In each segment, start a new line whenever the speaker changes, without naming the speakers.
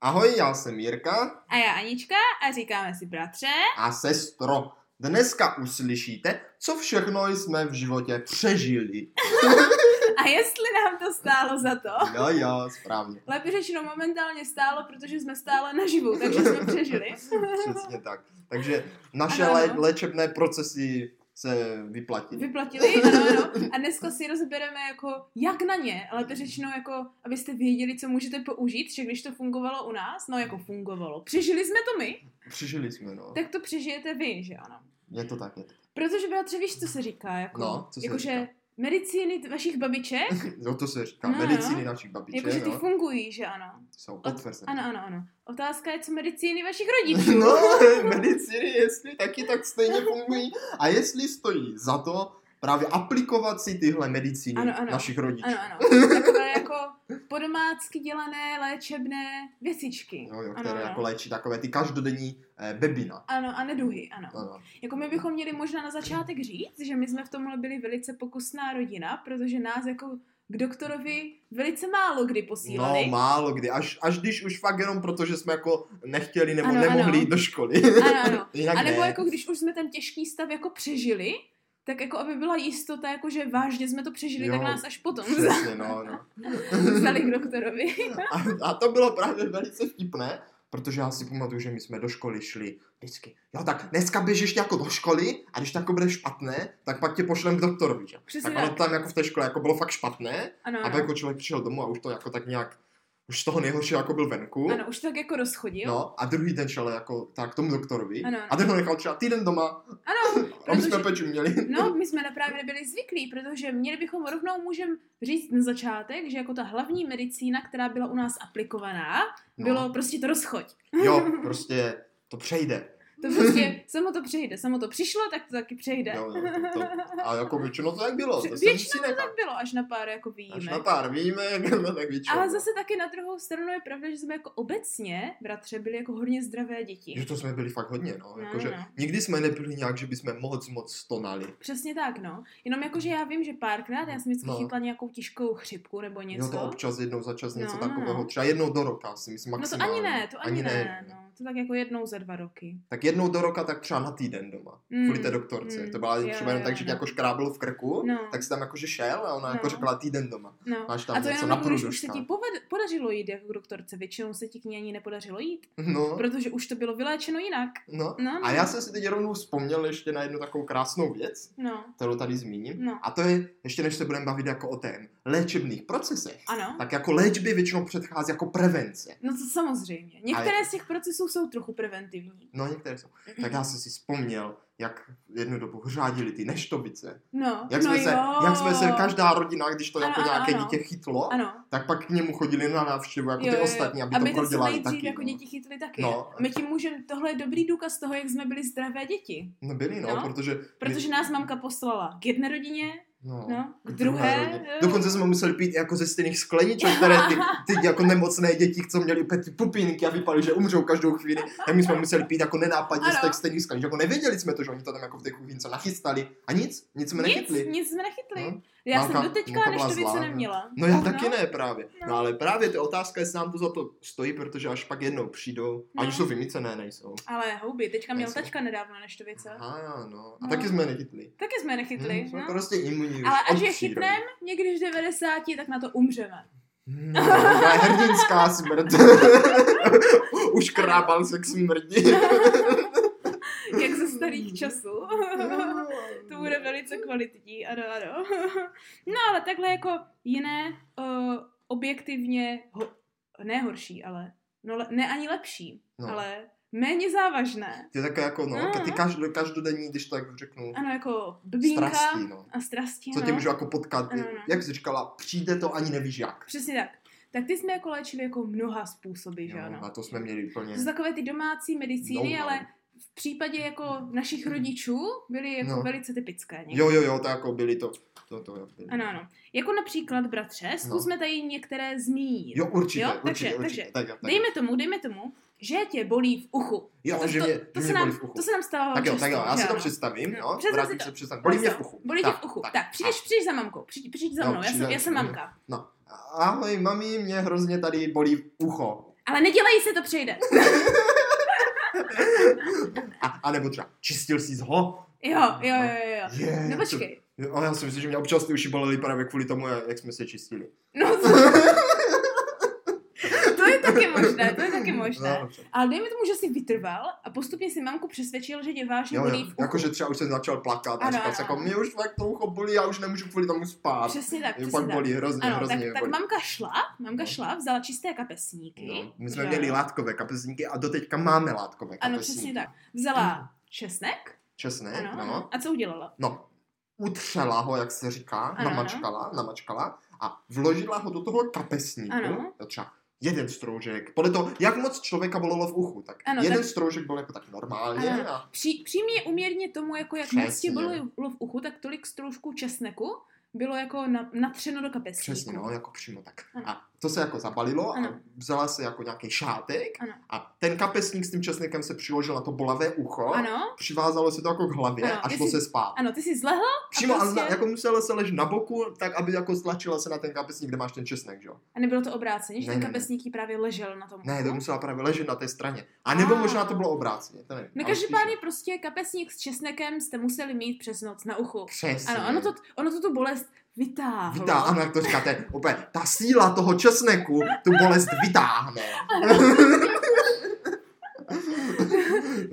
Ahoj, já jsem Jirka
A já Anička a říkáme si bratře.
a sestro. Dneska uslyšíte, co všechno jsme v životě přežili.
A jestli nám to stálo za to?
Jo, No jo, správně.
Lépe řečeno momentálně stálo, protože jsme stále naživu, takže jsme přežili.
Přesně tak. Takže naše
Ano, ano.
lé- léčebné procesy se vyplatí.
Vyplatili, ano, ano. A dneska si rozebereme jako, jak na ně, ale to řečeno jako, abyste věděli, co můžete použít, že když to fungovalo u nás, no jako fungovalo. Přežili jsme to my,
Přežili jsme, no.
tak to přežijete vy, že ano.
Je to tak, je to tak.
Protože bratře, víš, co se říká, jako,
No, co se
jakože
říká?
medicíny t- vašich babiček,
No to se říká,
No, no.
medicíny našich babiček,
jakože ty
jo.
fungují, že ano.
Jsou
Od-
potvrzené.
Ano, ano, ano. Otázka je, co medicíny vašich rodičů.
No, medicíny, jestli taky tak stejně fungují. A jestli stojí za to právě aplikovat si tyhle medicíny
Ano, ano.
našich rodičů.
Ano, ano. Takové jako podomácky dělané léčebné věcičky.
Jo, jo,
ano,
které
ano.
jako léčí takové ty každodenní eh, bebina.
ano, a neduhy, ano.
Ano.
Jako my bychom měli možná na začátek říct, že my jsme v tomhle byli velice pokusná rodina, protože nás jako k doktorovi velice málo kdy
No,
posílali.
málo kdy. Až, až když už fakt jenom proto, že jsme jako nechtěli nebo ano,
Ano,
nemohli
ano.
jít do školy.
ano, ano.
Jinak
A nebo
ne.
jako když už jsme ten těžký stav jako přežili, tak jako aby byla jistota, jako že vážně jsme to přežili,
Jo.
tak nás až potom
Přesně, no, no.
vzali k doktorovi.
A, a to bylo právě velice vtipné, protože já si pamatuju, že my jsme do školy šli vždycky. Jo, tak dneska běžíš jako do školy a když to jako bude špatné, tak pak tě pošlem k doktorovi, že?
Přesně
Tak ono
tak.
tam jako v té škole jako bylo fakt špatné
Ano,
a pak
ano.
jako člověk přišel domů a už to jako tak nějak, už z toho nejhoršího jako byl venku.
ano, už to tak jako rozchodil.
No, a druhý den šel jako tak tomu doktorovi.
Ano, ano.
A ten ho nechal třeba týden doma,
Ano,
aby jsme
Protože-
peču měli.
No, my jsme na právě nebyli zvyklí, protože měli bychom rovnou můžem říct na začátek, že jako ta hlavní medicína, která byla u nás aplikovaná,
No.
no. bylo prostě to rozchoď.
Jo, prostě to přejde.
To prostě, samo to přejde, samo to přišlo, tak to taky přejde.
Jo, jo, to, a jako většinou to tak bylo.
Při-
To jsem si
Většinou to
nechal.
tak bylo, až na pár jako
Až
výjimek.
na pár výjimek, no tak většinou.
Ale
no.
zase taky na druhou stranu je pravda, že jsme jako obecně, bratře, byli jako hodně zdravé děti.
Že to jsme byli fakt hodně, no.
No,
Jakože
no.
nikdy jsme nebyli nějak, že bychom moc, moc stonali.
Přesně tak, no. Jenom jakože já vím, že párkrát já jsem vždycky
No.
no. chytla nějakou těžkou chřipku nebo
Něco?
něco.
Jo, to občas jednou za čas něco
No, no,
takového.
no.
Třeba jednou do roka, si myslím
no to
maximálně.
ani ne, to ani, ani ne. ne. No. To tak jako jednou za dva roky.
Tak jednou do roka, tak třeba na týden doma.
Mm,
kvůli té doktorce.
mm,
to byla
jo,
třeba jenom
jo,
tak, že tě
no.
jako škrábl v krku,
No.
tak si tam jakože šel a ona jako
No.
řekla týden doma.
No.
Máš tam
a to
něco
jenom,
na
jako, když už se
průduška.
ti poved, podařilo jít jako k doktorce, většinou se ti k ní ani nepodařilo jít,
No,
protože už to bylo vyléčeno jinak.
no.
No, no.
A já jsem si teď rovnou vzpomněl ještě na jednu takovou krásnou věc,
No,
kterou tady zmíním.
No.
A to je, ještě než se budeme bavit jako o ten léčebných procesech,
ano.
tak jako léčby většinou předchází jako prevence.
No to samozřejmě. Některé z těch procesů jsou trochu preventivní.
No některé jsou. Tak já jsem si vzpomněl, jak jednu dobu řádili ty neštovice.
No,
Jak,
no
jsme, se,
jo.
jak jsme se, každá rodina, když to
Ano,
jako
ano,
nějaké
ano.
dítě chytlo,
Ano.
tak pak k němu chodili na návštěvu, jako ty ostatní, aby,
aby
to
tak se
prodělali
nejdřív
taky.
jako
no.
děti chytli taky.
No.
No. My tím můžeme, tohle je dobrý důkaz toho, jak jsme byli zdravé děti.
No byli, no,
No,
protože...
Protože nás mamka poslala k jedné rodině,
No,
no, k
rodině.
druhé. eh,
Dokonce jsme museli pít i jako ze stejných skleniček, které ty, ty jako nemocné děti, co měli úplně ty pupínky a vypadali, že umřou každou chvíli, tak my jsme museli pít jako nenápadně z
Ano.
těch stejných skleniček. Jako nevěděli jsme to, že oni to tam jako v té kuchynce nachystali a nic, nic jsme
nic,
nechytli.
nic jsme nechytli.
No.
No. Já
Mamka-
jsem
mamka
doteďka
byla zlá,
neštovice
no.
neměla.
No já taky ne právě. No.
No.
ale právě ty otázka, jestli nám to za to stojí, protože až pak jednou přijdou, no.
No.
ať už jsou vymycené, nejsou.
Ale houby, teďka měl
Nejsou.
tačka nedávno neštovice.
Aha, no. A
No.
taky jsme nechytli.
Taky jsme je nechytli.
Hmm, jsme
no.
prostě imunní.
Ale
už
až
od
je
přírody.
chytneme někdy v 90, tak na to umřeme.
Hmm, to je hrdinská smrt. Už krábal se k smrti.
Jak ze
Mm.
starých časů. to bude velice kvalitní, ano, ano. no ale takhle jako jiné uh, objektivně, ho, ne horší, ale no, le- ne ani lepší,
No.
no. ale méně závažné.
To je takové jako, no,
No, no.
ty každo, každodenní, když to tak řeknu,
Ano, jako blbínka
strasti, no.
a strasti.
Co tě
no.
můžu jako potkat,
Ano, no.
jak jsi říkala, přijde to ani nevíš jak.
Přesně tak. Tak ty jsme jako léčili jako mnoha způsoby, že ano.
Jo, a to jsme měli úplně.
To jsou takové ty domácí medicíny,
Know-how. Mhm.
ale v případě jako našich rodičů byly jako
No.
no. velice typické. Někde.
Jo, jo, jo, to jako byli to, to, to, jo, byli.
Ano, ano. Jako například, bratře, zkusme tady některé zmínit.
No. Jo, určitě,
Jo,
určitě,
takže-
určitě.
takže
tak, jo, tak. jo.
Dejme tomu, dejme tomu, že tě bolí v uchu.
Jo,
to,
že
to,
mě, že
to,
mě
se nám,
bolí v uchu.
to se nám stává
tak jo, tak jo, já si to
přes.
představím,
No,
jo,
představ si
vrátím
to.
se představím. Bolí mě v uchu.
Bolí tě v uchu. Tak, přijdeš, přijdeš za mamkou. Přijď, přijď za
Jo,
mnou, já jsem,
přijde-
já jsem mamka.
No, ahoj mami, mě hrozně tady bolí ucho.
Ale nedělej se, to přejde.
A, a nebo třeba, čistil jsi ho?
Jo, jo, jo, jo.
Je,
No počkej.
to- Ale já si myslím, že mě občas ty uši bolely právě kvůli tomu, jak jsme se čistili.
No, to je taky možné, to je taky možné.
No, dobře.
Ale dejme tomu, že jsi vytrval a postupně si mamku přesvědčil, že tě vážně
Jo,
bolí
jo.
v uchu.
Jakože třeba už jsem začal plakat a
Ano,
říkal
ano,
jsem jako,
ano.
mě už fakt to ucho bolí, já už nemůžu kvůli tomu spát.
Přesně tak,
Mě
přesně
fakt
tak.
bolí, hrozně,
Ano,
hrozně
tak,
mě
tak
bolí.
mamka šla, mamka
No.
šla, vzala čisté kapesníky.
No, my jsme
Jo,
měli
jo.
látkové kapesníky a doteďka máme látkové kapesníky.
Ano, přesně tak. Vzala česnek,
Česné,
ano,
ano.
a co udělala?
No, utřela ho, jak se říká,
Ano,
ano, namačkala, namačkala a vložila ho do toho kapesníku.
Ano.
To Třeba jeden stroužek. Podle toho, jak moc člověka bolelo v uchu, tak
Ano,
ano, jeden
tak-
tak... stroužek byl jako tak normálně.
Ano.
A...
Při, přímě uměrně tomu, jako jak moc tě
Přesně.
bylo v uchu, tak tolik stroužků česneku bylo jako na, natřeno do kapesníku.
Přesně, no, jako přímo tak.
Ano.
A to se jako zabalilo
Ano.
a vzala se jako nějaký šátek
Ano.
a ten kapesník s tím česnekem se přiložil na to bolavé ucho,
Ano,
přivázalo se to jako k hlavě
Ano,
a šlo
jestli-
se spát.
ano, ty jsi zlehl,
Přímo,
prostě-
prostě... a jako musela se ležet na boku, tak aby jako stlačila se na ten kapesník, kde máš ten česnek, že jo?
a nebylo to obráceně, že
Ne,
ten
ne, ne.
kapesník jí právě ležel na tom
Ne,
uchu?
to musela právě ležet na té straně. A nebo
No. A.
možná to bylo obráceně, to nevím.
No
ale spíš
každopádně
ne.
prostě kapesník s česnekem jste museli mít přes noc na uchu.
Přesně.
Ano, ono to, ono to tu bolest vytáhlo.
Vytá, ano, jak to říkáte, opět, ta síla toho česneku tu bolest vytáhne.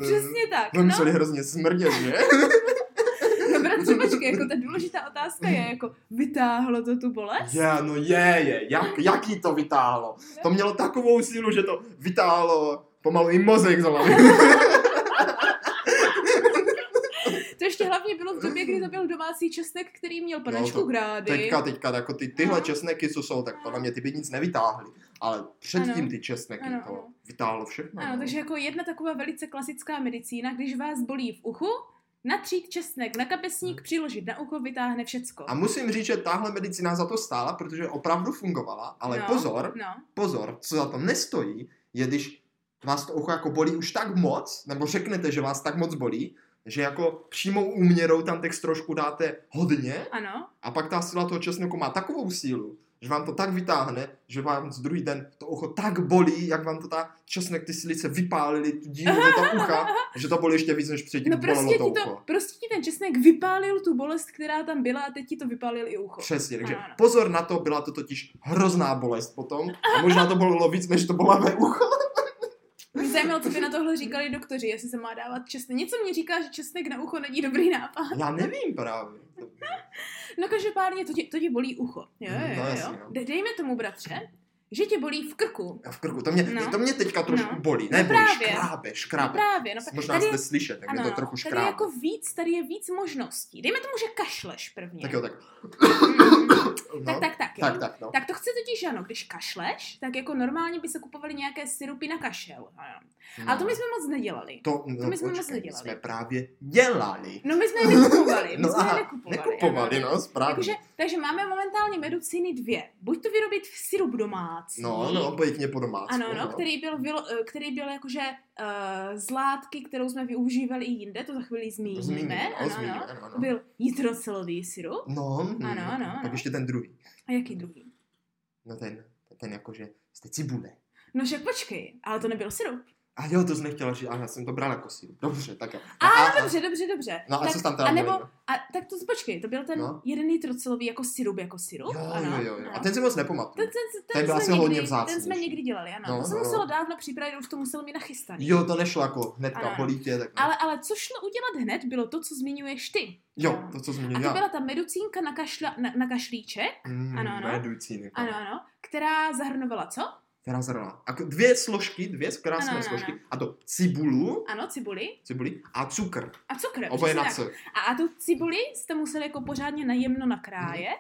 Přesně tak,
No,
no.
museli hrozně smrdět, že?
No bratře, počkej, jako ta důležitá otázka je, jako vytáhlo to tu bolest?
Je, no je, je, jak, jaký to vytáhlo. To mělo takovou sílu, že to vytáhlo pomalu i mozek z hlavy.
To ještě hlavně bylo v době, kdy to byl domácí česnek, který měl panečku
No, to-
grády.
Teďka, teďka, jako ty, tyhle
Ano.
česneky, co jsou, tak podle mě ty by nic nevytáhly. Ale
Ano.
předtím ty česneky
Ano,
to
ano.
vytáhlo všechno.
Ano,
no.
takže jako jedna taková velice klasická medicína, když vás bolí v uchu, natřít česnek na
Hmm.
kapesník, přiložit na ucho, vytáhne všecko.
A musím říct, že tahle medicína za to stála, protože opravdu fungovala, ale
No.
no. pozor,
No,
pozor, co za to nestojí, je když vás to ucho jako bolí už tak moc, nebo řeknete, že vás tak moc bolí, že jako přímou úměrou tam text trošku dáte hodně
ano.
a pak ta síla toho česneku má takovou sílu, že vám to tak vytáhne, že vám z druhý den to ucho tak bolí, jak vám to ta česnek ty silice vypálili, tu díru do toho ucha, že to bolí ještě víc, než předtím
No prostě
bolelo to
ti,
ucho.
to, prostě ti ten česnek vypálil tu bolest, která tam byla a teď ti to vypálil i ucho.
Přesně, takže
Ano, ano.
pozor na to, byla to totiž hrozná bolest potom a možná to bylo víc, než to bolavé ucho.
Mě zajímalo, co by na tohle říkali doktoři, jestli se má dávat česnek. Něco mě říká, že česnek na ucho není dobrý nápad.
Já nevím právě.
No každopádně to ti, to ti bolí ucho. Jo,
Mm,
jo,
no,
jo.
jasně, no.
De- dejme tomu, bratře, že tě bolí v krku.
A v krku, to mě,
No.
to mě teďka trošku
No.
bolí.
No
Ne, bolí,
právě.
škrábe,
No
škrábe.
právě, no
Možná
tady,
jste slyšet, tak
ano,
mě to trochu
tady je
škrábe.
jako víc, tady je víc možností. Dejme tomu, že kašleš prvně.
Tak jo, tak. No.
tak, tak, tak, jo.
tak, tak, no.
Tak to chce totiž, ano, když kašleš, tak jako normálně by se kupovaly nějaké sirupy na kašel. Ano.
No.
Ale to my jsme moc nedělali.
to, no,
my jsme moc
počkej,
nedělali.
jsme právě dělali.
No my jsme je nekupovali, my
No,
jsme je
aha,
nekupovali.
Nekupovali,
ano.
no, správně.
Takže, takže máme momentálně medicíny dvě. Buď to vyrobit v sirup domácí.
No, no, pojďme po domácku.
Ano, no, který byl, byl který byl jakože uh, z látky, kterou jsme využívali i jinde, to za chvíli zmíníme.
To zmíníme, no,
ano,
zmíníme,
no.
ano, ano.
Byl jitrocelový sirup
No, hm,
Ano, ano, ano.
pak ještě ten druhý.
a jaký druhý?
No ten, ten jakože z té cibule.
No však počkej, ale to nebyl sirup.
A jo, to jsi nechtěla říct, ale já jsem to brala jako síru. Dobře, tak jo.
A,
a,
a, dobře, dobře, dobře.
No a
tak,
co jsi tam teda
a nebo,
měli, no?
a, tak to počkej, to byl ten
No.
jeden jitrocelový jako sirup, jako sirup.
Jo,
ano,
jo, jo, jo.
ano.
A ten si moc nepamatuju.
ten, ten, ten,
ten byl
jsme
jako. asi
někdy,
hodně
ten
vzácnější.
jsme někdy dělali, ano.
No,
to se
no, no.
muselo dávno připravit, už to muselo mít nachystaný.
Jo, to nešlo jako hnedka
Ano.
ano. bolí tě, tak ne.
Ale, ale co šlo udělat hned, bylo to, co zmiňuješ ty.
Jo, to co
A
zmínil
to
já.
byla ta medicínka na, kašla, na, na kašlíček,
Mm, jako.
Ano, ano.
Meducín,
ano, ano, která zahrnovala co?
Která zrala. A k- dvě složky, dvě krásné
Ano, ano,
složky.
ano.
A to cibulu,
Ano, cibuli
cibuli a cukr.
a cukr.
Oboje
přesně
na
tak.
C.
A, a tu cibuli jste museli jako pořádně najemno nakrájet.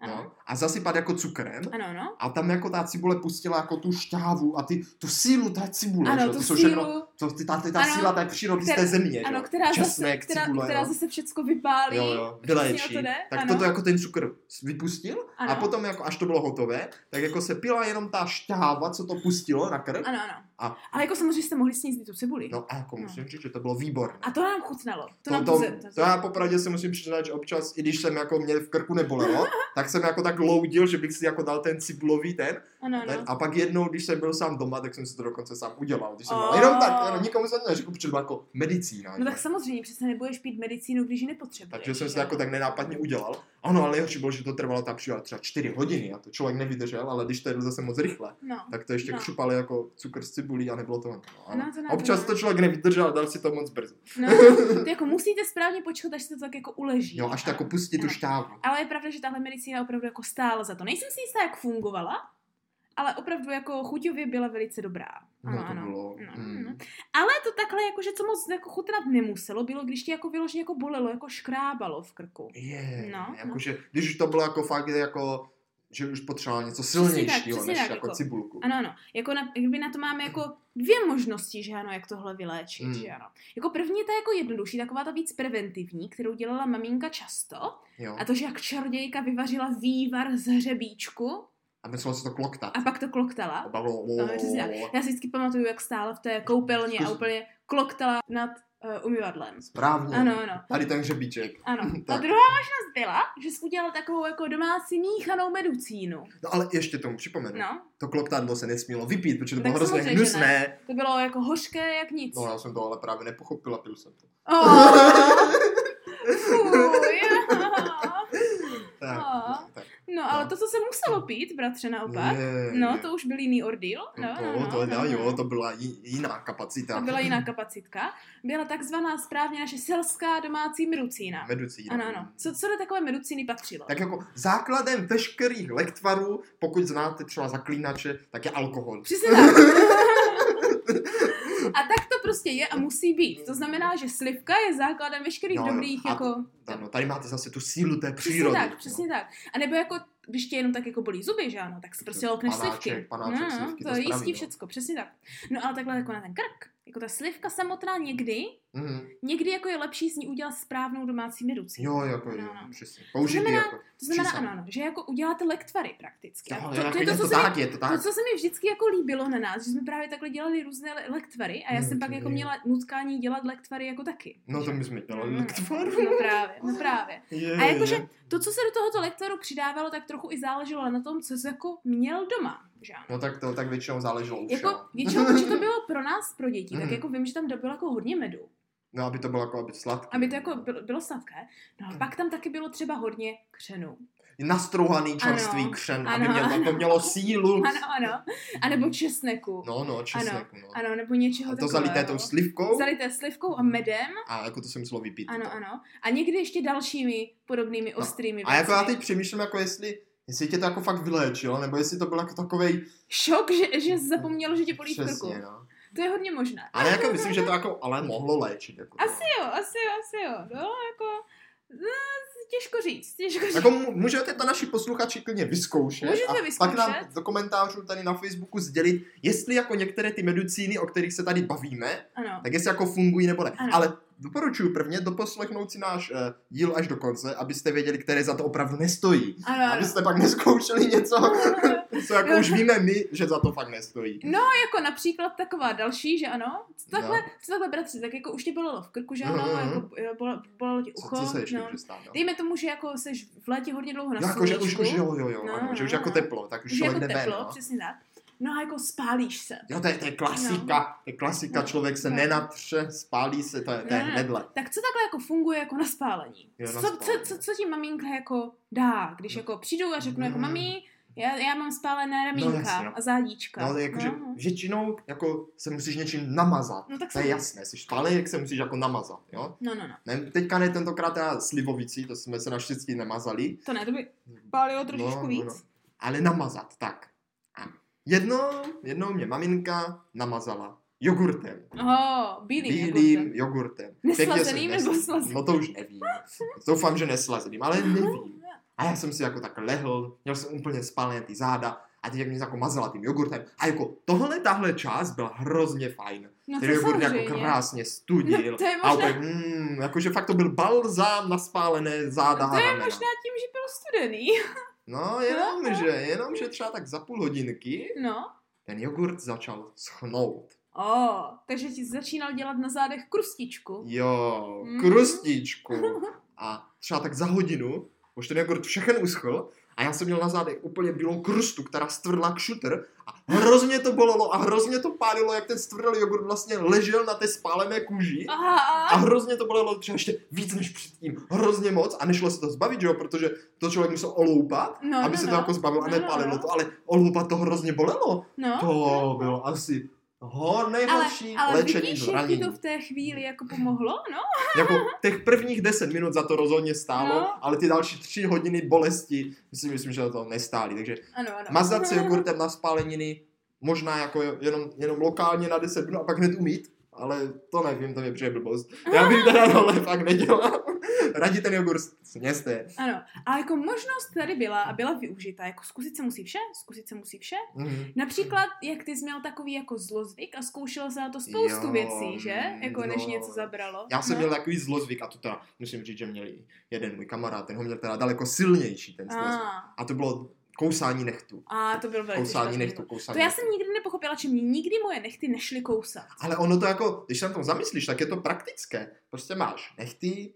Ano,
No. A zasypat jako cukrem.
ano, no.
A tam jako ta cibule pustila jako tu šťávu a ty, tu sílu té cibule. že?
Ano,
to
tu
jsou
sílu,
všechno, to To, ty, ta, ty, ta
Ano,
síla té přírody z té
která-
země,
Ano,
ano,
která, zase,
Česnek,
která,
cibule,
která
jo.
zase všecko vypálí.
jo, jo,
Přesně o
vyléčí.
to jde,
tak
ano.
toto jako ten cukr vypustil
Ano.
a potom, jako, až to bylo hotové, tak jako se pila jenom ta šťáva, co to pustilo na krv.
Ano, ano.
A-
Ale jako samozřejmě jste mohli sníst i tu cibuli.
No a jako
No.
musím říct, že to bylo výborné.
A to nám chutnalo. To,
To,
nám
to,
poze-
to já popravdě se musím přiznat, že občas, i když jsem jako mě v krku nebolelo, tak jsem jako tak loudil, že bych si jako dal ten cibulový ten,
Ano, ano.
ten. A pak jednou, když jsem byl sám doma, tak jsem si to dokonce sám udělal. Když jsem
Oh.
byl, jenom tak, jenom nikomu jsem to neřekl, protože to byla jako medicína.
No
že?
tak samozřejmě, přece nebudeš pít medicínu, když ji nepotřebuješ.
takže jsem si
že
to
jo?
jako tak nenápadně udělal. Ano, ale nejhorší bylo, že to trvalo ta příroda třeba 4 hodiny a to člověk nevydržel, ale když to jedl zase moc rychle,
No.
tak to ještě
No.
no. křupali jako cukr z cibulí a nebylo to. No, ano.
No, to nám
Občas
to-
to člověk nevydržel, dal si to moc brzy.
No, to jako musíte správně počkat, až se to tak jako uleží.
Jo, až tak jako
Ano.
pustit tu
Ano.
šťávu.
Ale je pravda, že tahle medicína opravdu jako stála za to. Nejsem si jistá, jak fungovala, ale opravdu jako chuťově byla velice dobrá. Ano,
No, to
ano.
bylo.
No,
mm.
no. Ale to takhle, jako, že co moc jako chutnat nemuselo, bylo, když tě jako vyloženě jako bolelo, jako škrábalo v krku.
Je,
No,
no, jakože, no. když už to bylo jako fakt jako, že už potřeboval něco silnějšího,
přesně
než
tak,
jako
jako.
cibulku.
Ano, ano. Jako na, kdyby na to máme jako dvě možnosti, že ano, jak tohle vyléčit,
Mm.
že ano. Jako první je ta jako jednodušší, taková ta víc preventivní, kterou dělala maminka často.
Jo.
A to, že jak čarodějka vyvařila vývar z hřebíčku
A myslel se to kloktat.
a pak to
A
kloktala.
bavilo,
No, přesně tak. Já si vždycky pamatuju, jak stála v té koupelně a
Zkus-
úplně kloktala nad uh, umyvadlem.
Správně.
Ano, ano,
Tady ten hřebíček.
ano. A
Hmm. Tak.
druhá možnost byla, že jsi udělal takovou jako domácí míchanou medicínu.
No ale ještě tomu připomenu. No.
No,
To kloktadlo se nesmělo vypít, protože to
No,
bylo
tak
hrozně
samozřejmě, že
hnusné.
to bylo jako hořké jak nic.
No já jsem to ale právě nepochopila, pil jsem to.
Oh. Fuj.
Tak,
A,
tak.
No, ale
No.
to, co se muselo pít, bratře, naopak,
Je,
no,
je.
to už byl jiný ordýl. No,
to,
no, no,
to,
no,
no,
no.
jo, to byla jí- jiná kapacita.
To byla jiná kapacitka. Byla takzvaná správně naše selská domácí medicína.
Medicína.
Ano, ano. Co, co do takové medicíny patřilo?
Tak jako základem veškerých lektvarů, pokud znáte třeba zaklínače, tak je alkohol.
Přesně tak. A tak to prostě je a musí být. To znamená, že slivka je základem veškerých
No, Jo, jo.
dobrých
A-
jako...
Ano, tady máte zase tu sílu té
Přesně
přírody. no.
tak, přesně tak. A nebo jako, když tě jenom tak jako bolí zuby, že ano, tak si prostě lokneš
Panáček,
slivky.
panáček,
no,
slivky,
to,
to
to jistí
spraví, no.
všecko, přesně tak. No ale takhle jako na ten krk, jako ta slivka samotná někdy,
No. Mhm.
někdy jako je lepší z ní udělat správnou domácí meduci.
Jo, jako,
Ano,
jo,
ano.
přesně. Použitý
No, znamená-
jako.
To znamená,
přísad.
ano, ano, že jako uděláte lektvary prakticky. A
Jo,
to,
jo,
to,
jako
je to, co se mi
tak, je to tak.
to, co se mi vždycky jako líbilo na nás, že jsme právě takhle dělali různé le- lektvary a já
Jo,
jsem
Hmm, to
pak jako
je.
měla nutkání dělat lektvary jako taky.
No to my jsme dělali
No,
no, lektvar.
No právě, no právě.
Je,
A jakože
je.
to, co se do tohoto lektoru přidávalo, tak trochu i záleželo na tom, co jsi jako měl doma. Že ano.
No tak to tak většinou záleželo už.
Jako
jo.
většinou, že to bylo pro nás, pro děti, tak
Mhm.
jako vím, že tam bylo jako hodně medu,
No aby to bylo jako aby sladké.
aby to jako bylo, bylo sladké. No a
Mhm.
pak tam taky bylo třeba hodně křenu.
Nastrouhaný čerstvý
Ano,
křen,
ano,
aby mělo, to
ano.
mělo sílu.
Ano, ano. A nebo česneku.
No, no, česneku, no.
Ano, nebo něčeho
A to
takového.
zalité tou slivkou
Zalité slivkou a medem.
a jako to se muselo vypít.
Ano, ano. A někdy ještě dalšími podobnými
No.
ostrými
A jako já
věcmi.
teď přemýšlím, jako jestli, jestli tě to jako fakt vyléčilo, nebo jestli to byl jako takovej...
Šok, že, že jsi zapomněl, že tě bolí v krku.
Mhm. Přesně, no.
To je hodně možné.
Ale jako myslím, že to jako ale mohlo léčit. Jako to.
Asi jo, asi jo, asi jo. No, jako... no, Těžko říct, těžko říct.
Jako mu- můžete to naši posluchači klidně vyzkoušet.
Můžete
a
vyzkoušet.
Pak nám do komentářů tady na Facebooku sdělit, jestli jako některé ty medicíny, o kterých se tady bavíme,
Ano.
tak jestli jako fungují nebo ne.
Ano.
Ale doporučuji prvně doposlechnout si náš uh, díl až do konce, abyste věděli, které za to opravdu nestojí.
Ano, ano.
Abyste pak neskoušeli něco, co jako
Jo.
už víme my, že za to fakt nestojí.
Jako například taková další, že ano? Co takhle, co takhle bratři, tak jako už tě bolelo v krku, že ano?
Mhm.
Jako, jo, bolelo, bolelo ti
Co,
ucho.
co se ještě
no.
může stát? No?
Dejme tomu, že jako jsi v létě hodně dlouho na
No, jako, že už,
sluníčku.
už jo, jo, jo,
No,
ano, že už
no,
jako
no.
teplo, tak už
Už je
člověk
jako
jde ven,
teplo,
no.
přesně tak. No a jako spálíš se.
Jo, to je, to je klasika, to je klasika, člověk se
No.
nenatře, spálí se, to je, to je
Ne.
hnedle.
Tak co takhle jako funguje jako na spálení?
Jo, na
co, co,
spálení.
co, co ti maminka jako dá, když
No.
jako přijdu a řeknu jako
Mm.
mami, já, já mám spálené ramínka
jasně, no.
a zádíčka.
No, ale jakože
no.
většinou jako se musíš něčím namazat.
no tak
jako. To je
jsem,
jasné, jsi spálej, jak se musíš jako namazat, jo?
no, no, no.
Ne, teďka ne tentokrát teda slivovicí, to jsme se naštěstí nemazali,
To ne, to by pálilo
No,
trošičku
no,
víc.
no. ale namazat, tak. A jednou, jednou mě maminka namazala jogurtem.
Oh, bílým.
Bílým
jogurtem.
jogurtem. jogurtem.
Neslazeným
Pěkně jsem-
nebo slazeným?
No to už nevím. Doufám, že neslazeným, ale nevím. A já jsem si jako tak lehl, měl jsem úplně spálené ty záda a teď jak mě jako mazala tím jogurtem. A jako tohle, tahle část byla hrozně fajn.
No
Ten jogurt jako
samozřejmě.
krásně studil.
No, to je
A
možná-
úplně, mm, jakože fakt to byl balzám na spálené záda
No, to
a
je
ramena.
možná tím, že byl studený.
No, jenom, že, jenom, že třeba tak za půl hodinky
No.
ten jogurt začal schnout.
O, takže ti začínal dělat na zádech krustičku.
Jo,
Mm.
krustičku. A třeba tak za hodinu už ten jogurt všechen uschl a já jsem měl na zádech úplně bílou krustu, která stvrdla k šutr a hrozně to bolelo a hrozně to pálilo, jak ten stvrdlý jogurt vlastně ležel na té spálené kůži. A
Aha.
hrozně to bolelo třeba ještě víc než předtím. Hrozně moc a nešlo se to zbavit, že jo, protože to člověk musel oloupat,
No,
aby
no,
se to
no.
jako zbavil a
No, no,
nepálilo
no.
to, ale oloupat to hrozně bolelo.
No.
To bylo asi ho
ale,
nejhorší
ale
léčení
vidíš, jak ti
zranění.
to v té chvíli jako pomohlo, no?
Jako těch prvních 10 minut za to rozhodně stálo,
No.
ale ty další 3 hodiny bolesti si myslím, že za to nestály. Takže
Ano, ano.
mazat se jogurtem na spáleniny, možná jako jenom, jenom lokálně na 10 minut a pak hned umít, ale to nevím, to je přijde blbost. Já bych teda tohle fakt nedělal. Radí ten jogurt sněste.
Ano, ale jako možnost tady byla a byla využita, jako zkusit se musí vše, zkusit se musí vše.
Mhm.
Například, jak ty jsi měl takový jako zlozvyk a zkoušel se na to spoustu
Jo,
věcí, že? Jako než
jo.
něco zabralo.
Já jsem
no.
měl takový zlozvyk a to teda musím říct, že měl i jeden můj kamarád, ten ho měl teda daleko silnější ten zlozvyk.
A,
A to bylo kousání nechtu.
a to byl velice
Kousání
špatný.
nechtu, kousání
To já
nechtu.
jsem nikdy nepochopila, že mě nikdy moje nechty nešly kousat.
Ale ono to jako, když se na tom zamyslíš, tak je to praktické. Prostě máš nechty,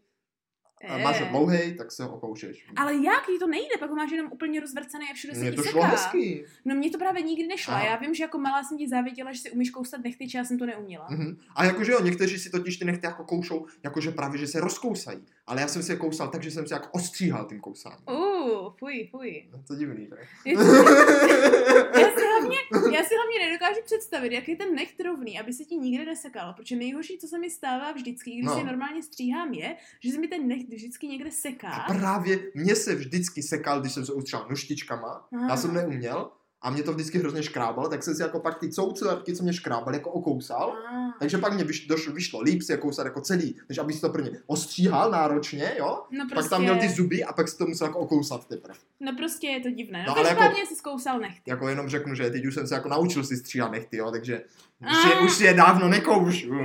a máš ho
Eh.
dlouhej, tak se ho okoušeš.
Ale jak? Jí to nejde, pak ho máš jenom úplně rozvrcený a všude se
Mně
ti
to
seká.
šlo hezky.
No mně to právě nikdy nešlo.
Aha.
Já vím, že jako malá jsem ti záviděla, že si umíš kousat nechty, že já jsem to neuměla.
Mhm. A jakože jo, někteří si totiž ty nechty jako koušou, jakože právě, že se rozkousají. Ale já jsem si je kousal, takže jsem si jako ostříhal tím kousáním.
Uh, fuj, fuj.
No, to je divný, ne?
Je to- Já si, hlavně, já si hlavně nedokážu představit, jak je ten necht rovný, aby se ti nikdy nesekal. Protože nejhorší, co se mi stává vždycky, když
No.
no. si je normálně stříhám, je, že se mi ten necht vždycky někde seká.
a právě mě se vždycky sekal, když jsem se ostříhal noštičkama.
Aha.
Já jsem neuměl a mě to vždycky hrozně škrábalo, tak jsem si jako pak ty coucelarky, co mě škrábaly, jako okousal.
Ah.
Takže pak mě vyš, došlo, vyšlo líp si je kousat jako celý, než abys to prvně ostříhal náročně, jo?
No
Prostě...
prostě,
Pak tam měl ty zuby a pak si to musel jako okousat teprve.
no prostě je to divné.
No,
No,
ale
no
jako-
každopádně jako... jsi zkousal nechty.
Jako jenom řeknu, že teď už jsem se jako naučil si stříhat nechty, jo, takže už si,
Ah.
už si je dávno nekoušu.
No,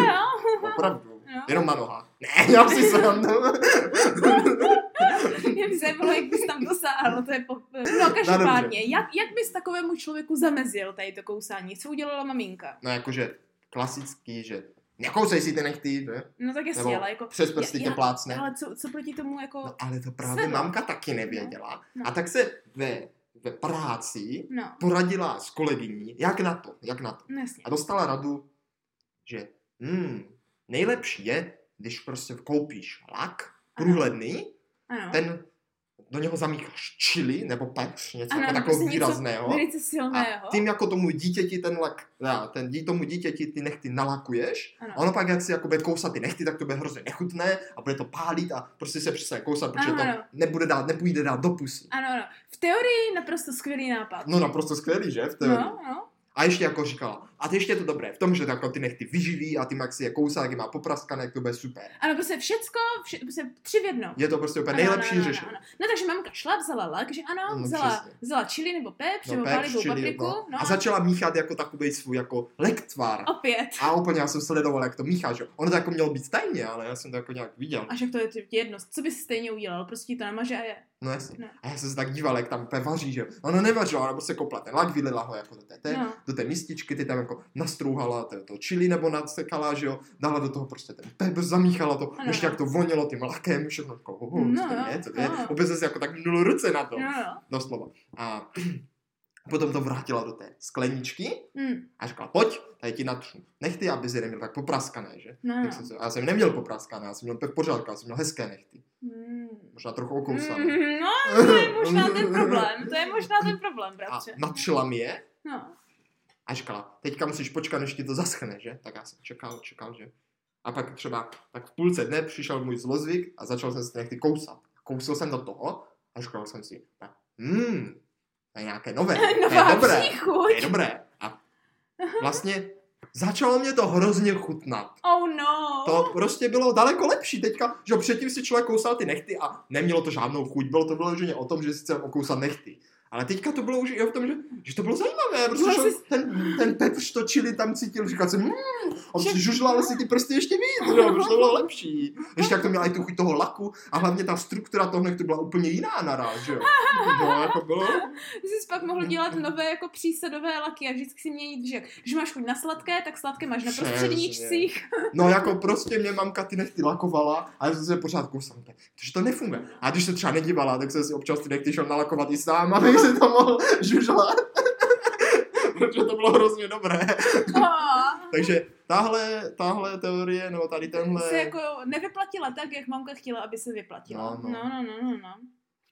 jo.
Opravdu.
No.
Jenom na nohách. Ne, já si srandu.
Mě by zajímalo, jak bys tam dosáhl. To je po... No každopádně, jak, jak bys takovému člověku zamezil tady to kousání? Co udělala maminka?
No jakože klasický, že nekousej si ty nechty, že?
No tak jasně,
Nebo
ale jako...
Přes prsty
Já-
tě
já-
plácne.
Ale co, co proti tomu jako...
No ale to právě
Sedlo.
mamka taky nevěděla.
No.
A tak se ve, ve práci
No,
poradila s kolegyní, jak na to, jak na to.
no jasně.
a dostala radu, že hmm, nejlepší je, když prostě koupíš lak průhledný,
Ano.
ten do něho zamícháš čili nebo pepř, něco
Ano,
jako
ano,
takového
prostě něco
výrazného.
Velice silného.
A tím jako tomu dítěti ten lak, ne, ten dí, tomu dítěti ty nechty nalakuješ,
Ano.
a ono pak jak si jako bude kousat ty nechty, tak to bude hrozně nechutné a bude to pálit a prostě se přestane kousat, protože
Ano,
to
ano.
nebude dát, nepůjde dát do pusy.
Ano, ano. V teorii naprosto skvělý nápad.
No naprosto skvělý, že? V teorii.
No, no.
A ještě jako říkala, a ty ještě je to dobré v tom, že takhle ty nechty vyživí a ty jak si je kousá, jak je má popraskané, jak to bude super.
Ano, prostě všecko, vše, prostě tři v jednom.
Je to prostě úplně
Ano,
nejlepší
ano, ano,
řešení.
ano. No takže mamka šla, vzala lak, že ano,
No,
vzala,
přesně.
vzala čili nebo pepř, nebo
pepř,
pálivou
chili,
papriku,
no.
no,
A začala míchat jako takový svůj jako lektvar.
opět.
A úplně já jsem sledoval, jak to míchá, že jo. Ono to jako mělo být stejně, ale já jsem to jako nějak viděl.
A však to je ty- jedno, co bys stejně udělal, prostě ti to namaže a je.
No jasně.
No.
A já jsem se tak díval, jak tam úplně vaří, že jo. Ona nevařila, nebo se prostě kopla ten lak, vylila ho jako do té, té
No.
do té mističky, ty tam jako nastrouhala to, to čili nebo nadsekala, že jo, dala do toho prostě ten pepř, zamíchala to,
Ano.
ještě jak to vonilo tím lakem, všechno jako, ho, ho,
No,
co to je, co to je,
ano.
vůbec jsem si jako tak minul ruce na to,
No, no.
doslova. A potom to vrátila do té skleničky
Mm,
a říkala, pojď, tady ti natřu nechty, aby si je neměl tak popraskané, že?
no, no.
Tak jsem se, a já jsem neměl popraskané, já jsem měl v pořádku, já jsem měl hezké nechty,
Mm.
možná trochu okousané.
Mm, no, to je možná ten problém, to je možná ten problém,
A
bratře.
natřela mi je
No,
A říkala, teďka musíš počkat, než ti to zaschne, že? Tak já jsem čekal, čekal, že. A pak třeba tak v půlce dne přišel můj zlozvyk a začal jsem si nechty kousat. Kousil jsem do toho a říkal jsem si, hmm, to je nějaké nové, to je
nová
dobré, to
příchuť.
je dobré. A vlastně začalo mě to hrozně chutnat.
Oh no.
To prostě bylo daleko lepší teďka, že jo, předtím si člověk kousal ty nechty a nemělo to žádnou chuť, bylo to vyloženě o tom, že si chtěl okousat nechty. Ale teďka to bylo už i o tom, že, že to bylo zajímavé,
Byla
protože on,
jsi-
ten, ten pepř to čili tam cítil, říkal jsem, mmm, a
Že-
žužlal si ty prsty ještě víc, jo, protože to bylo lepší. Ještě jak to měla i tu chuť toho laku a hlavně ta struktura toho nechtu byla úplně jiná naraz, že jo. No, jako bylo.
Ty jsi pak mohl dělat nové jako přísadové laky a vždycky si měnit, že jak- když máš chuť na sladké, tak sladké máš na
Přesně.
prostředníčcích.
No jako prostě mě mamka ty nechty lakovala a já jsem se pořád kousal, říkal, protože to nefunguje. A když se třeba nedívala, tak jsem si občas ty nechty šel nalakovat i sám, abych si to mohl žužlat. protože to bylo hrozně dobré.
A
Takže tahle, tahle teorie, nebo tady tenhle...
se jako nevyplatila tak, jak mamka chtěla, aby se vyplatila.
No, no.
No, no, no, no, no.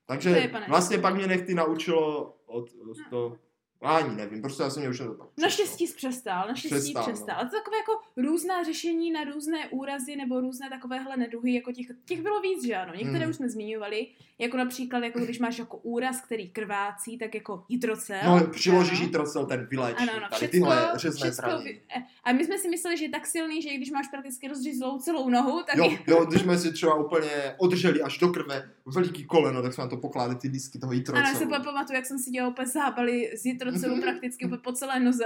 to je,
Takže
pane.
vlastně pak mě nechty naučilo od, od to... Já ani nevím, prostě asi mě už to tak.
Naštěstí jsi přestal, naštěstí
Přestal, no.
přestal. přestal. A to takové jako různá řešení na různé úrazy nebo různé takovéhle neduhy, jako těch, těch bylo víc, že ano. Některé
Hmm.
už jsme zmiňovali, jako například, jako když máš jako úraz, který krvácí, tak jako hydrocel.
No, přiložíš
ano.
jí trocel, ten vylečí.
Ano, ano,
tady
všecko,
tyhle řezné
všecko,
zranění.
eh, A my jsme si mysleli, že je tak silný, že i když máš prakticky rozřízlou celou nohu, tak
Jo, jo, když jsme si třeba úplně održeli až do krve veliký koleno, tak jsme na to pokládali ty lístky toho
Ano, já se
jitrocelu.
úplně pamatuju, jak jsem si dělala úplně zábaly z jitrocelu
Mhm.
prakticky úplně po celé noze.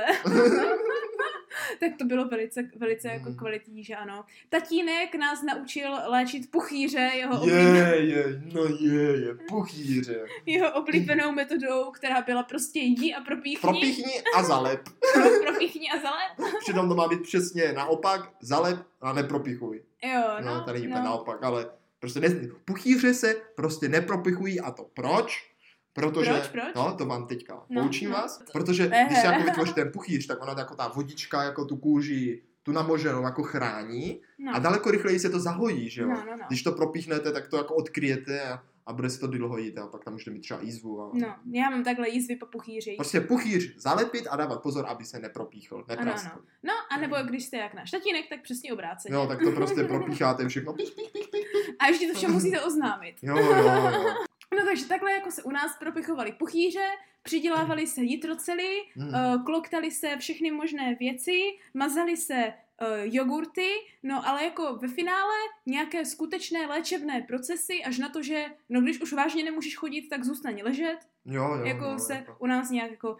tak to bylo velice, velice jako
Mhm.
kvalitní, že ano. Tatínek nás naučil léčit puchýře jeho, oblí...
Je, je, no je, je, puchýře.
jeho oblíbenou metodou, která byla prostě jdi a propíchni,
Propíchni a zalep.
pro, propíchni a zalep.
Přitom to má být přesně naopak, zalep a nepropichuj.
Jo,
No,
no,
tady je
no.
úplně naopak, ale prostě ne, puchýře se prostě nepropichují a to proč? Protože,
Proč, proč?
no, to mám teďka,
No,
poučím
no.
vás, protože
Ehe.
když se jako vytvoří ten puchýř, tak ona jako ta vodička, jako tu kůži, tu namoženou jako chrání
no.
a daleko rychleji se to zahojí, že jo?
No, no, no.
Když to propíchnete, tak to jako odkryjete a, a bude se to dlouho jít a pak tam můžete mít třeba jízvu a...
No, já mám takhle jízvy po puchýři.
Prostě puchýř zalepit a dávat pozor, aby se nepropíchl,
Ano,
nepraskl.
ano. No, anebo když jste jak náš tatínek, tak přesně obráceně.
Jo, tak to prostě propícháte všechno. Pích, pích, pích, pích.
A ještě to vše musíte oznámit.
Jo, jo, jo.
No takže takhle jako se u nás propichovali puchýře, přidělávali se jitrocely,
Hmm.
eh, kloktali se všechny možné věci, mazali se eh, jogurty, no ale jako ve finále nějaké skutečné léčebné procesy až na to, že no když už vážně nemůžeš chodit, tak zůstaň ležet,
Jo, jo,
jako
no,
se
jako-
u nás nějak jako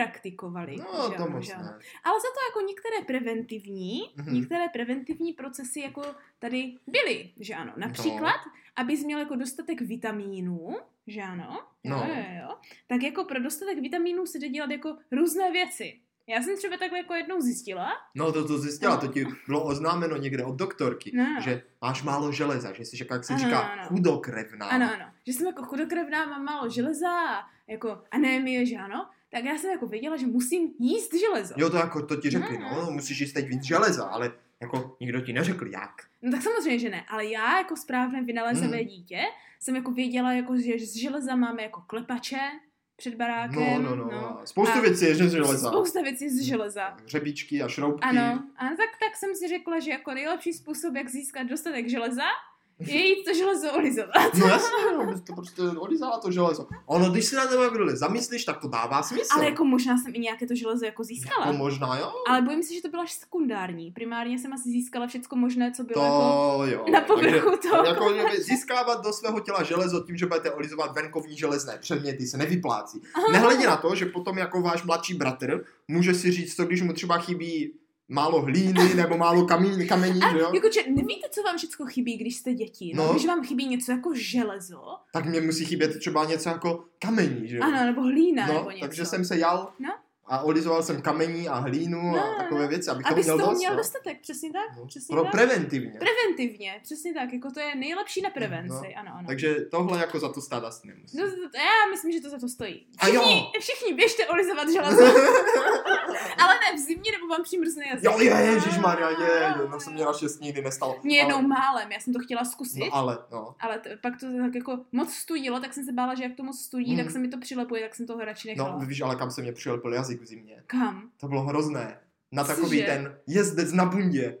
nepraktikovali.
No,
že
to
ano,
moc
že ano.
ne.
Ale za to jako některé preventivní,
Mhm.
některé preventivní procesy jako tady byly, že ano.
No.
Například, abys měl jako dostatek vitamínů, že ano,
No.
jo, jo, jo, tak jako pro dostatek vitamínů se jde dělat jako různé věci. Já jsem třeba takhle jako jednou zjistila,
No, to, to zjistila, to ti bylo oznámeno někde od doktorky,
No.
že máš málo železa, že jsi, jako, jak- jak se
Ano,
říká,
ano.
chudokrevná.
ano, ano, že jsem jako chudokrevná, mám málo železa a jako anémie, že ano, tak já jsem jako věděla, že musím jíst železo.
Jo, to jako to ti řekli,
No.
no, no musíš jíst teď víc železa, ale jako nikdo ti neřekl jak.
No tak samozřejmě, že ne, ale já jako správné vynalezevé
Mm.
dítě jsem jako věděla, jako, že z železa máme jako klepače před
No,
barákem.
no, no. no. Spoustu
A-
věcí je že z železa. Mhm.
Spousta věcí z železa.
Řebíčky a šroubky.
Ano, ano tak, tak jsem si řekla, že jako nejlepší způsob, jak získat dostatek železa, je jít to železo olizovat.
No jasně, no, to prostě odizala to železo. Ono, když se na to takhle zamyslíš, tak to dává smysl.
Ale jako možná jsem i nějaké to železo jako
Jako
získala.
možná, jo?
Ale bojím se, že to bylo až sekundární. Primárně jsem asi získala všecko možné, co bylo jako
To jo.
na povrchu
Takže-
toho.
Jako, že by získávat do svého těla železo tím, že budete olizovat venkovní železné předměty, se nevyplácí. Nehledě na to, že potom jako váš mladší bratr může si říct to, když mu třeba chybí málo hlíny nebo málo kamení, kamení že jo?
Jakože Jako, nevíte, co vám všechno chybí, když jste děti. No,
No.
Když vám chybí něco jako železo,
tak mě musí chybět třeba něco jako kamení, že jo?
ano, nebo hlína, nebo
no,
něco.
takže jsem se jal
No.
a olizoval jsem kamení a hlínu
No,
a
no,
takové věci, abych
Aby
toho
toho
dost,
měl
no.
dostatek, přesně tak.
No,
přesně
Pro
tak.
preventivně.
Preventivně, přesně tak, jako to je nejlepší na
No,
prevenci, ano, ano.
Takže tohle jako za to stát asi nemusí.
No, to- to- já myslím, že to za to stojí.
A jo.
Všichni, všichni běžte olizovat železo, ale ne v zimě, nebo vám přimrzne jazyk.
Jo, je, ježišmarja, je, je, no se mě naštěstí nikdy nestalo.
Mně jednou
ale,
málem, já jsem to chtěla zkusit,
no, ale, no.
ale t- pak to tak jako moc studilo, tak jsem se bála, že jak to moc studí,
Mm.
tak se mi to přilepuje, tak jsem to radši nechala.
No, víš, ale kam se mě přilepil jazyk v zimě.
Kam?
To bylo hrozné. Na takový
Cože?
ten jezdec na bundě.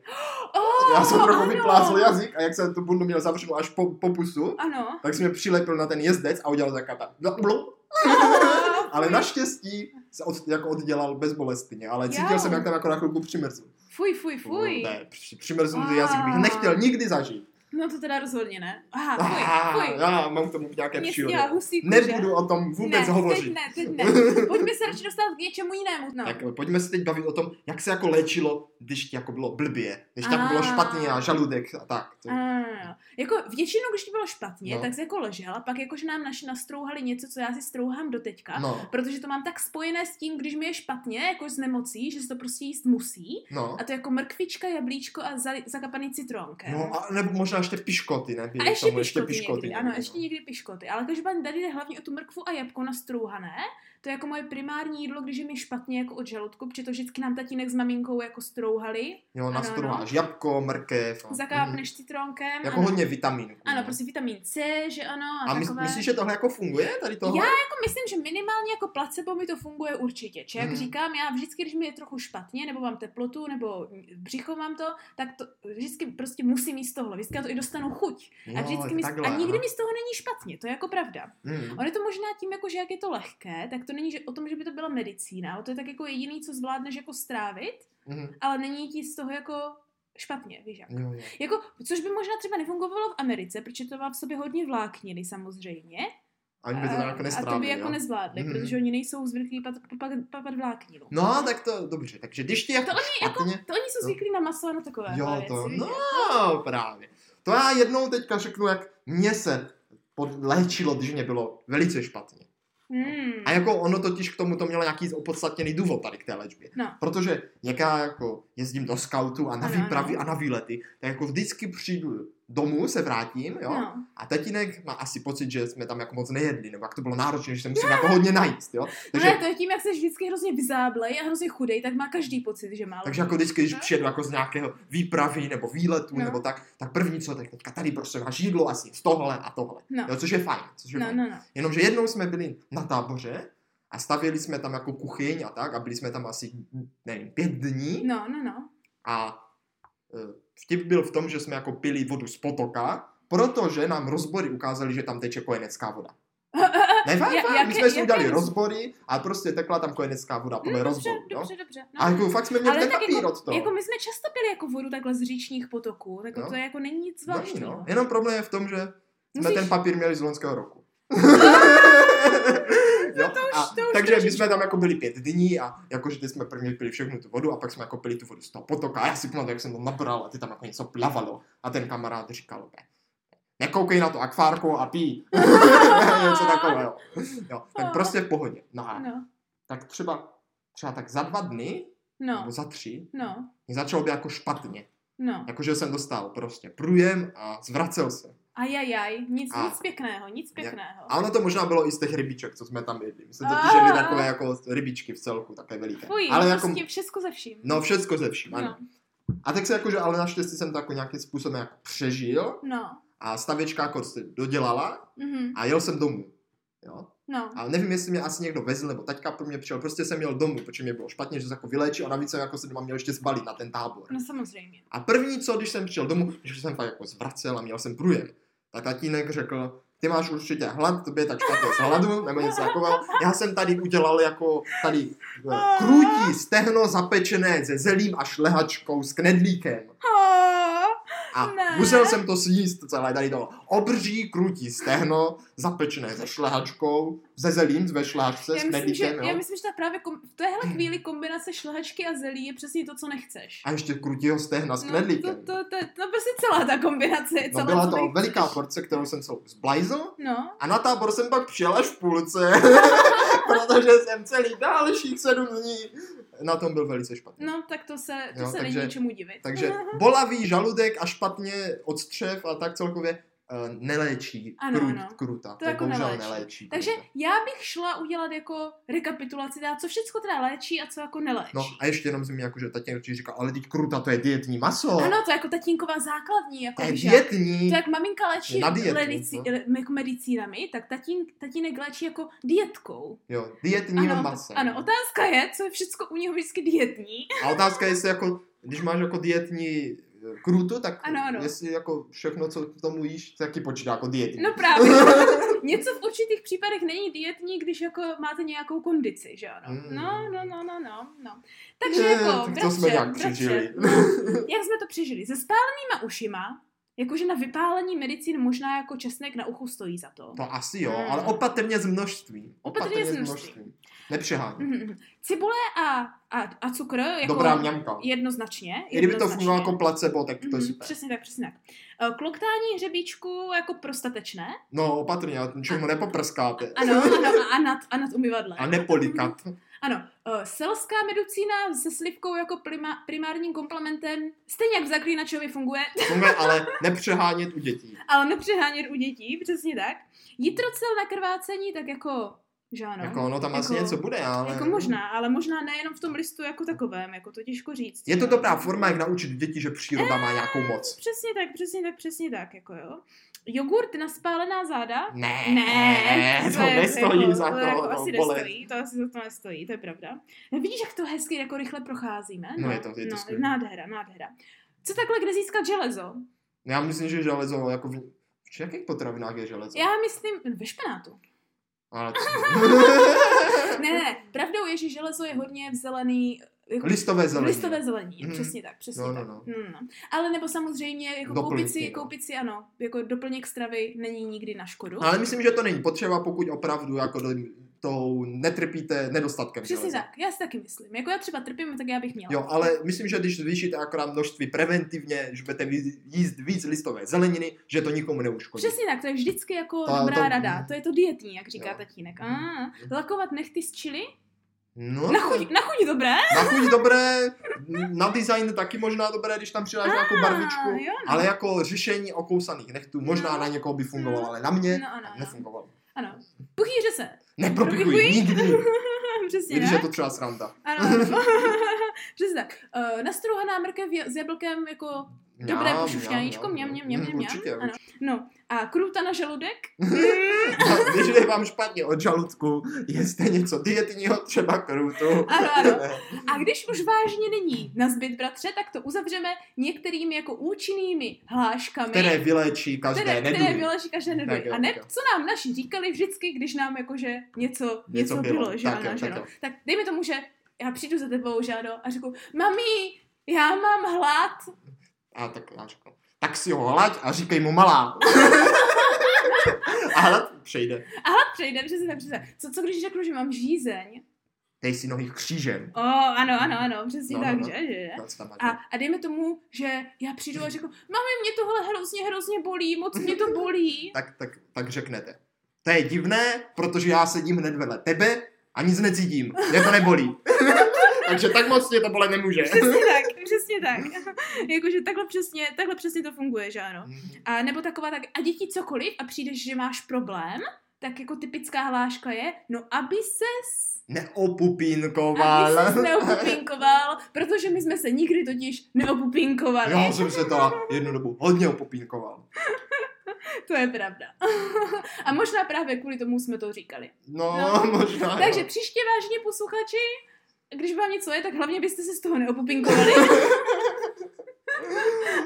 Oh,
Já jsem trochu
ano.
vyplácl jazyk a jak jsem tu bundu měl zavřenou až po, po pusu,
Ano.
tak jsem mě přilepil na ten jezdec a udělal No, taková ta... Ale naštěstí se od, jako oddělal bezbolestně, ale cítil
Jo.
jsem, jak tam jako na chvilku přimrzl.
Fuj, fuj, fuj.
Ne, při- přimrzl
Wow.
jazyk bych nechtěl nikdy zažít.
No to teda rozhodně ne. Aha,
Ah,
fuj, fuj.
já mám k tomu nějaké
Mě
příhody.
stěla husí kůže.
Nebudu o tom vůbec
ne,
hovořit.
Teď ne, teď ne. Pojďme se radši dostat k něčemu jinému. No.
Tak eh, pojďme se teď bavit o tom, jak se jako léčilo, když ti jako bylo blbě, když tam
Ah.
bylo špatně a žaludek a tak. To,
A, jako většinou, když ti bylo špatně,
No.
tak jsi jako ležela, pak jakože nám naši nastrouhali něco, co já si strouhám do teďka.
no,
Protože to mám tak spojené s tím, když mi je špatně, jako z nemocí, že se to prostě jíst musí.
no.
A to jako mrkvička, jablíčko a za, zakapaný citronkem.
No, a nebo možná ještě piškoty, ne?
a ještě piškoty, ještě někdy, ano,
no.
ještě někdy piškoty. Ale každopádně tady jde hlavně o tu mrkvu a jabko nastrouhané. To je jako moje primární jídlo, když je mi špatně jako od žaludku, protože to vždycky nám tatínek s maminkou jako strouhali.
Jo, nastruháš jabko, mrkev. a- Mhm.
Zakápneš citronkem.
Jako
ano.
hodně vitamínů.
Ano, prostě vitamin C, že ano. A,
A mys-
takové...
myslíš, že tohle jako funguje tady tohle?
Já jako myslím, že minimálně jako placebo mi to funguje určitě. Či jak
Mhm.
hmm. říkám, já vždycky, když mi je trochu špatně, nebo mám teplotu, nebo břicho mám to, tak to vždycky prostě musím jíst tohle. Vždycky já to i dostanu chuť.
Jo,
a vždycky mi,
No, takhle,
a nikdy
aha.
mi z toho není špatně, to je jako pravda.
Mhm.
Ono je to možná tím, jako, že jak je to lehké, tak to není že o tom, že by to byla medicína, ale to je tak jako jediný, co zvládneš jako strávit,
Mhm.
ale není ti z toho jako špatně, víš jak.
Jo, jo.
Jako, což by možná třeba nefungovalo v Americe, protože to má v sobě hodně vlákniny samozřejmě.
Ani by to
A-
jako
A to by
nestrávili,
jako
jo.
nezvládli,
Mhm.
mm-hmm. protože oni nejsou zvyklí pat, pat, papat vlákninu.
No, tak to dobře. Takže když ti jako
To oni
špatně...
To oni jsou
No.
zvyklí na maso a na takové
Jo,
věci.
to,
víš?
no, právě. To já jednou teďka řeknu, jak mě se pod- léčilo, když mě bylo velice špatně.
Hmm.
A jako ono totiž k tomu to mělo nějaký opodstatněný důvod tady k té léčbě.
No.
Protože jak já jako jezdím do skautu a na
Ano,
výpravy a na výlety, tak jako vždycky přijdu domů, se vrátím, jo,
No.
a tatínek má asi pocit, že jsme tam jako moc nejedli, nebo jak to bylo náročné, že se musím jako hodně najíst, jo. Takže,
Takže... Ne, to je tím, jak jsi vždycky hrozně vyzáblej a hrozně chudej, tak má každý pocit, že má.
takže jako vždycky, když přijedu jako z nějakého výpravy nebo výletu,
No.
nebo tak, tak první co, tak teďka tady prostě máš jídlo asi z tohle a tohle.
No.
Jo, což je fajn, což je
No,
fajn.
no, no.
Jenomže jednou jsme byli na táboře a stavěli jsme tam jako kuchyň a tak a byli jsme tam asi, nevím, pět dní
No, no, no.
a e, vtip byl v tom, že jsme jako pili vodu z potoka, protože nám rozbory ukázali, že tam teče kojenecká voda. Ne, fakt,
Ja-
fakt, my
jaké-
jsme si
jaké
udělali
roz-
rozbory a prostě tekla tam kojenecká voda podle
Hm, dobře,
rozboru. No?
dobře, dobře. No.
A jako fakt jsme měli
Ale
ten
tak
papír
jako,
od toho.
jako my jsme často pili jako vodu takhle z říčních potoků, tak
No.
to je jako není nic
Není,
zvláštního.
no. Jenom problém je v tom, že jsme
Musíš-
ten papír měli z loňského roku. Jo,
už-
a
No to už
takže my
trošičku.
jsme tam jako byli pět dní a jakože teď jsme prvně pili všechnu tu vodu a pak jsme jako pili tu vodu z toho potoka a já si pamatuju, jak jsem to nabral a ty tam jako něco plavalo a ten kamarád říkal, ne, nekoukej na to akvárku a pí. něco takového. Jo, tak prostě v pohodě. No a
No,
tak třeba, třeba tak za dva dny,
no,
nebo za tři,
no,
mě začalo být jako špatně.
no.
Jakože jsem dostal prostě průjem a zvracel se.
Ajajaj, nic,
A-
nic pěkného, nic
Ja-
pěkného.
A ono to možná bylo i z těch rybiček, co jsme tam jedli. My jsme totiž jedli
Ah.
takové jako rybičky v celku, také veliké.
Fuj,
ale
ale
jako,
prostě všechno ze vším.
no všecko ze vším, ano.
no,
A tak se jakože, ale naštěstí jsem to jako nějakým způsobem jako přežil
no.
a stavěčka jako se dodělala
Mhm,
a jel jsem domů. Jo?
no.
A nevím, jestli mě asi někdo vezl, nebo taťka pro mě přijel, prostě jsem měl domů, protože mě bylo špatně, že se jako vyléčil a navíc jsem jako se doma měl ještě zbalit na ten tábor.
No samozřejmě.
A první co, když jsem přijel domů, že jsem fakt jako zvracel a měl jsem průjem, tak tatínek řekl, ty máš určitě hlad, tobě je tak špatně z hladu, nebo něco takového. Já jsem tady udělal jako tady eh, krutí stehno zapečené se zelím a šlehačkou s knedlíkem.
Oh,
A
Ne.
musel jsem to sníst celé tady to obří krutí stehno zapečené se šlehačkou, ze zelím, ve šlehačce,
já,
s
myslím, že,
knedlíkem,
já
jo.
myslím, že ta právě kom, v téhle chvíli kombinace šlehačky a zelí je přesně to, co nechceš.
A ještě krutího stehna s knedlíkem.
No, to, to, to, no prostě celá ta kombinace je celá
No byla
co
to
nechceš.
veliká porce, kterou jsem celou zblajzl,
No,
A na tábor jsem pak přijel až v půlce, protože jsem celý dalších sedm dní na tom byl velice špatně.
no, tak to se, to
Jo,
se
takže-
není čemu divit.
Takže bolavý žaludek a špatně odstřev a tak celkově uh, neléčí
Ano,
krut,
ano.
kruta. To,
jako
bohužel neléčí.
neléčí. Takže
kruta.
já bych šla udělat jako rekapitulaci, teda, co všechno teda léčí a co jako neléčí.
No a ještě jenom jsem mi jako, že tatínek ti říkal, ale teď kruta to je dietní maso.
Ano, to je jako tatínková základní, jako
to je
víš, jak-
dietní.
To jak maminka léčí
Na dietu,
lenici,
no.
le- jako medicínami, tak tatín, tatínek léčí jako dietkou.
Jo, dietní
Ano,
maso.
ano, otázka je, co je všechno u něho vždycky dietní.
A otázka je, jestli jako, když máš jako dietní eh, krutu, tak
Ano, ano.
jestli jako všechno, co k tomu jíš, taky počítá jako dietní.
No právě. Něco v určitých případech není dietní, když jako máte nějakou kondici, že ano.
Mm.
No, no, no, no, no. no. Takže
Je,
jako,
tak to jsme nějak přežili.
no, jak jsme to přežili? Se spálenýma ušima, Jakože na vypálení medicín možná jako česnek na uchu stojí za to.
To No asi jo,
Mm.
ale opatrně s množstvím.
Opatrně s množstvím.
Nepřehání.
Mhm. Cibule a, a, a cukr jako
Dobrá mňamka.
jednoznačně.
I kdyby to
jednoznačně.
fungovalo jako placebo, tak to je
Mhm,
super.
Přesně tak, přesně tak. Eh, Kloktání hřebíčku jako prostatečné.
No, opatrně, ale čemu ho nepoprskáte.
Ano, ano, a nad, a nad umyvadlem.
A nepolikat.
Ano, eh, selská medicína se slivkou jako prima, primárním komplementem, stejně jak v Zaklínačovi funguje,
Funguje, ale nepřehánět u dětí.
ale nepřehánět u dětí, přesně tak. Jitrocel na krvácení, tak jako, že ano.
Jako, no tam asi
Jako-
něco bude, ale...
Jako možná, ale možná nejenom v tom listu jako takovém, jako to těžko říct.
Je to
jo.
dobrá forma, jak naučit děti, že příroda má nějakou moc.
Přesně tak, přesně tak, přesně tak, jako jo. Jogurt na spálená záda?
Ne,
Ne,
to
je-
nestojí
jako,
za to,
jako
no,
asi
vole.
nestojí, to asi za to nestojí, to je pravda. No, vidíš, jak to hezky jako rychle procházíme?
No, je to- je to
no,
skvělý.
Nádhera, nádhera. Co takhle, kde získat železo?
Já myslím, že železo, jako v, v jakých potravinách je železo?
Já myslím, ve špenátu.
Ale co?
Ne, ne, pravdou je, že železo je hodně v zelený, jako
Listové zelení.
Listové zelení,
Mhm.
přesně tak, přesně
No, no,
tak.
no.
Mm, no. Ale nebo samozřejmě jako koupit
Doplňky,
si,
no.
koupit si, ano, jako doplněk stravy není nikdy na škodu.
Ale myslím, že to není potřeba, pokud opravdu jako do, tou netrpíte nedostatkem
Přesně
železa.
tak, no. já si taky myslím. Jako já třeba trpím, tak já bych měla.
Jo, ale myslím, že když zvýšíte akorát množství preventivně, že budete víc- jíst víc listové zeleniny, že to nikomu neuškodí.
Přesně tak, to je vždycky jako
Ta-
dobrá
to-
rada. To je to dietní, jak říká
Jo.
tatínek.
Mhm.
Ah, lakovat nechty z čili?
No,
Na chuť, na chuť dobré.
na chuť dobré, na design taky možná dobré, když tam přidáš nějakou barvičku,
Ah, jo, no.
ale jako řešení okousaných nechtů možná
No.
na někoho by fungovalo,
No.
ale na mě
No, ano, ano.
nefungovalo.
Ano. Puchýře se.
Nepropichuji, nikdy, i
Přesně
když
tak.
je to třeba sranda.
Ano. Přesně tak. Uh, nastrouhaná mrkev je- s jablkem jako Dobré
Mňam,
pošušťáničko, mňam, mňam, mňam,
Mm,
mňam,
Určitě,
mňam. Ano. No a kruta na žaludek?
A No, Když je vám špatně od žaludku, jeste něco dietního, třeba krutu.
Ano, ano. A když už vážně není na zbyt, bratře, tak to uzavřeme některými jako účinnými hláškami,
Které vyléčí
které,
každé
které
neduhy.
vyleží každé
Tak
neduhy.
jo,
A ne,
tak jo.
co nám naši říkali vždycky, když nám jakože něco, něco, něco bylo, že tak, ano, jo, že tak, no.
jo.
tak dejme tomu, že já přijdu za tebou, že ano, a řeknu, mami, já mám hlad.
A tak já řeknu, tak si ho hlaď a říkej mu malá. a hlad přejde.
Hlad přejde, přesně tak, přesně. tak. Co, co když řeknu, že mám žízeň?
Dej si nohy křížem.
O, ano, ano, ano, přesně
No, no,
tak,
no.
že? že?
Tak se tam máš,
A,
no.
a dejme tomu, že já přijdu a řeknu, mami, mě tohle hrozně, hrozně bolí, moc mě to bolí.
Tak, tak, tak řeknete. To je divné, protože já sedím hned vedle tebe a nic necítím. Mě to nebolí. Takže tak moc mě to bole nemůže.
Přesně tak, přesně tak. Jakože takhle přesně, takhle přesně to funguje, že ano. A nebo taková tak, a děti cokoliv a přijdeš, že máš problém, tak jako typická hláška je, no aby ses, aby
Neopupínkoval.
ses neopupinkoval, protože my jsme se nikdy totiž neopupinkovali.
Já jsem se to jednu dobu hodně opupínkoval.
To je pravda. a možná právě kvůli tomu jsme to říkali.
No,
No.
možná. jo.
Takže příště vážně posluchači, když vám něco je, tak hlavně byste se z toho neopupinkovali.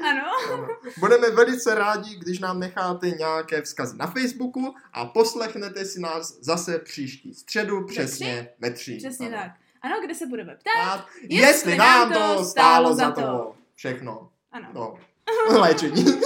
ano.
Ano. Budeme velice rádi, když nám necháte nějaké vzkazy na Facebooku a poslechnete si nás zase příští středu přesně ve tři.
Přesně
Ano.
tak. Ano, kde se budeme ptát?
A jestli nám to no. stálo za to. Všechno.
Ano.
No. Léčení.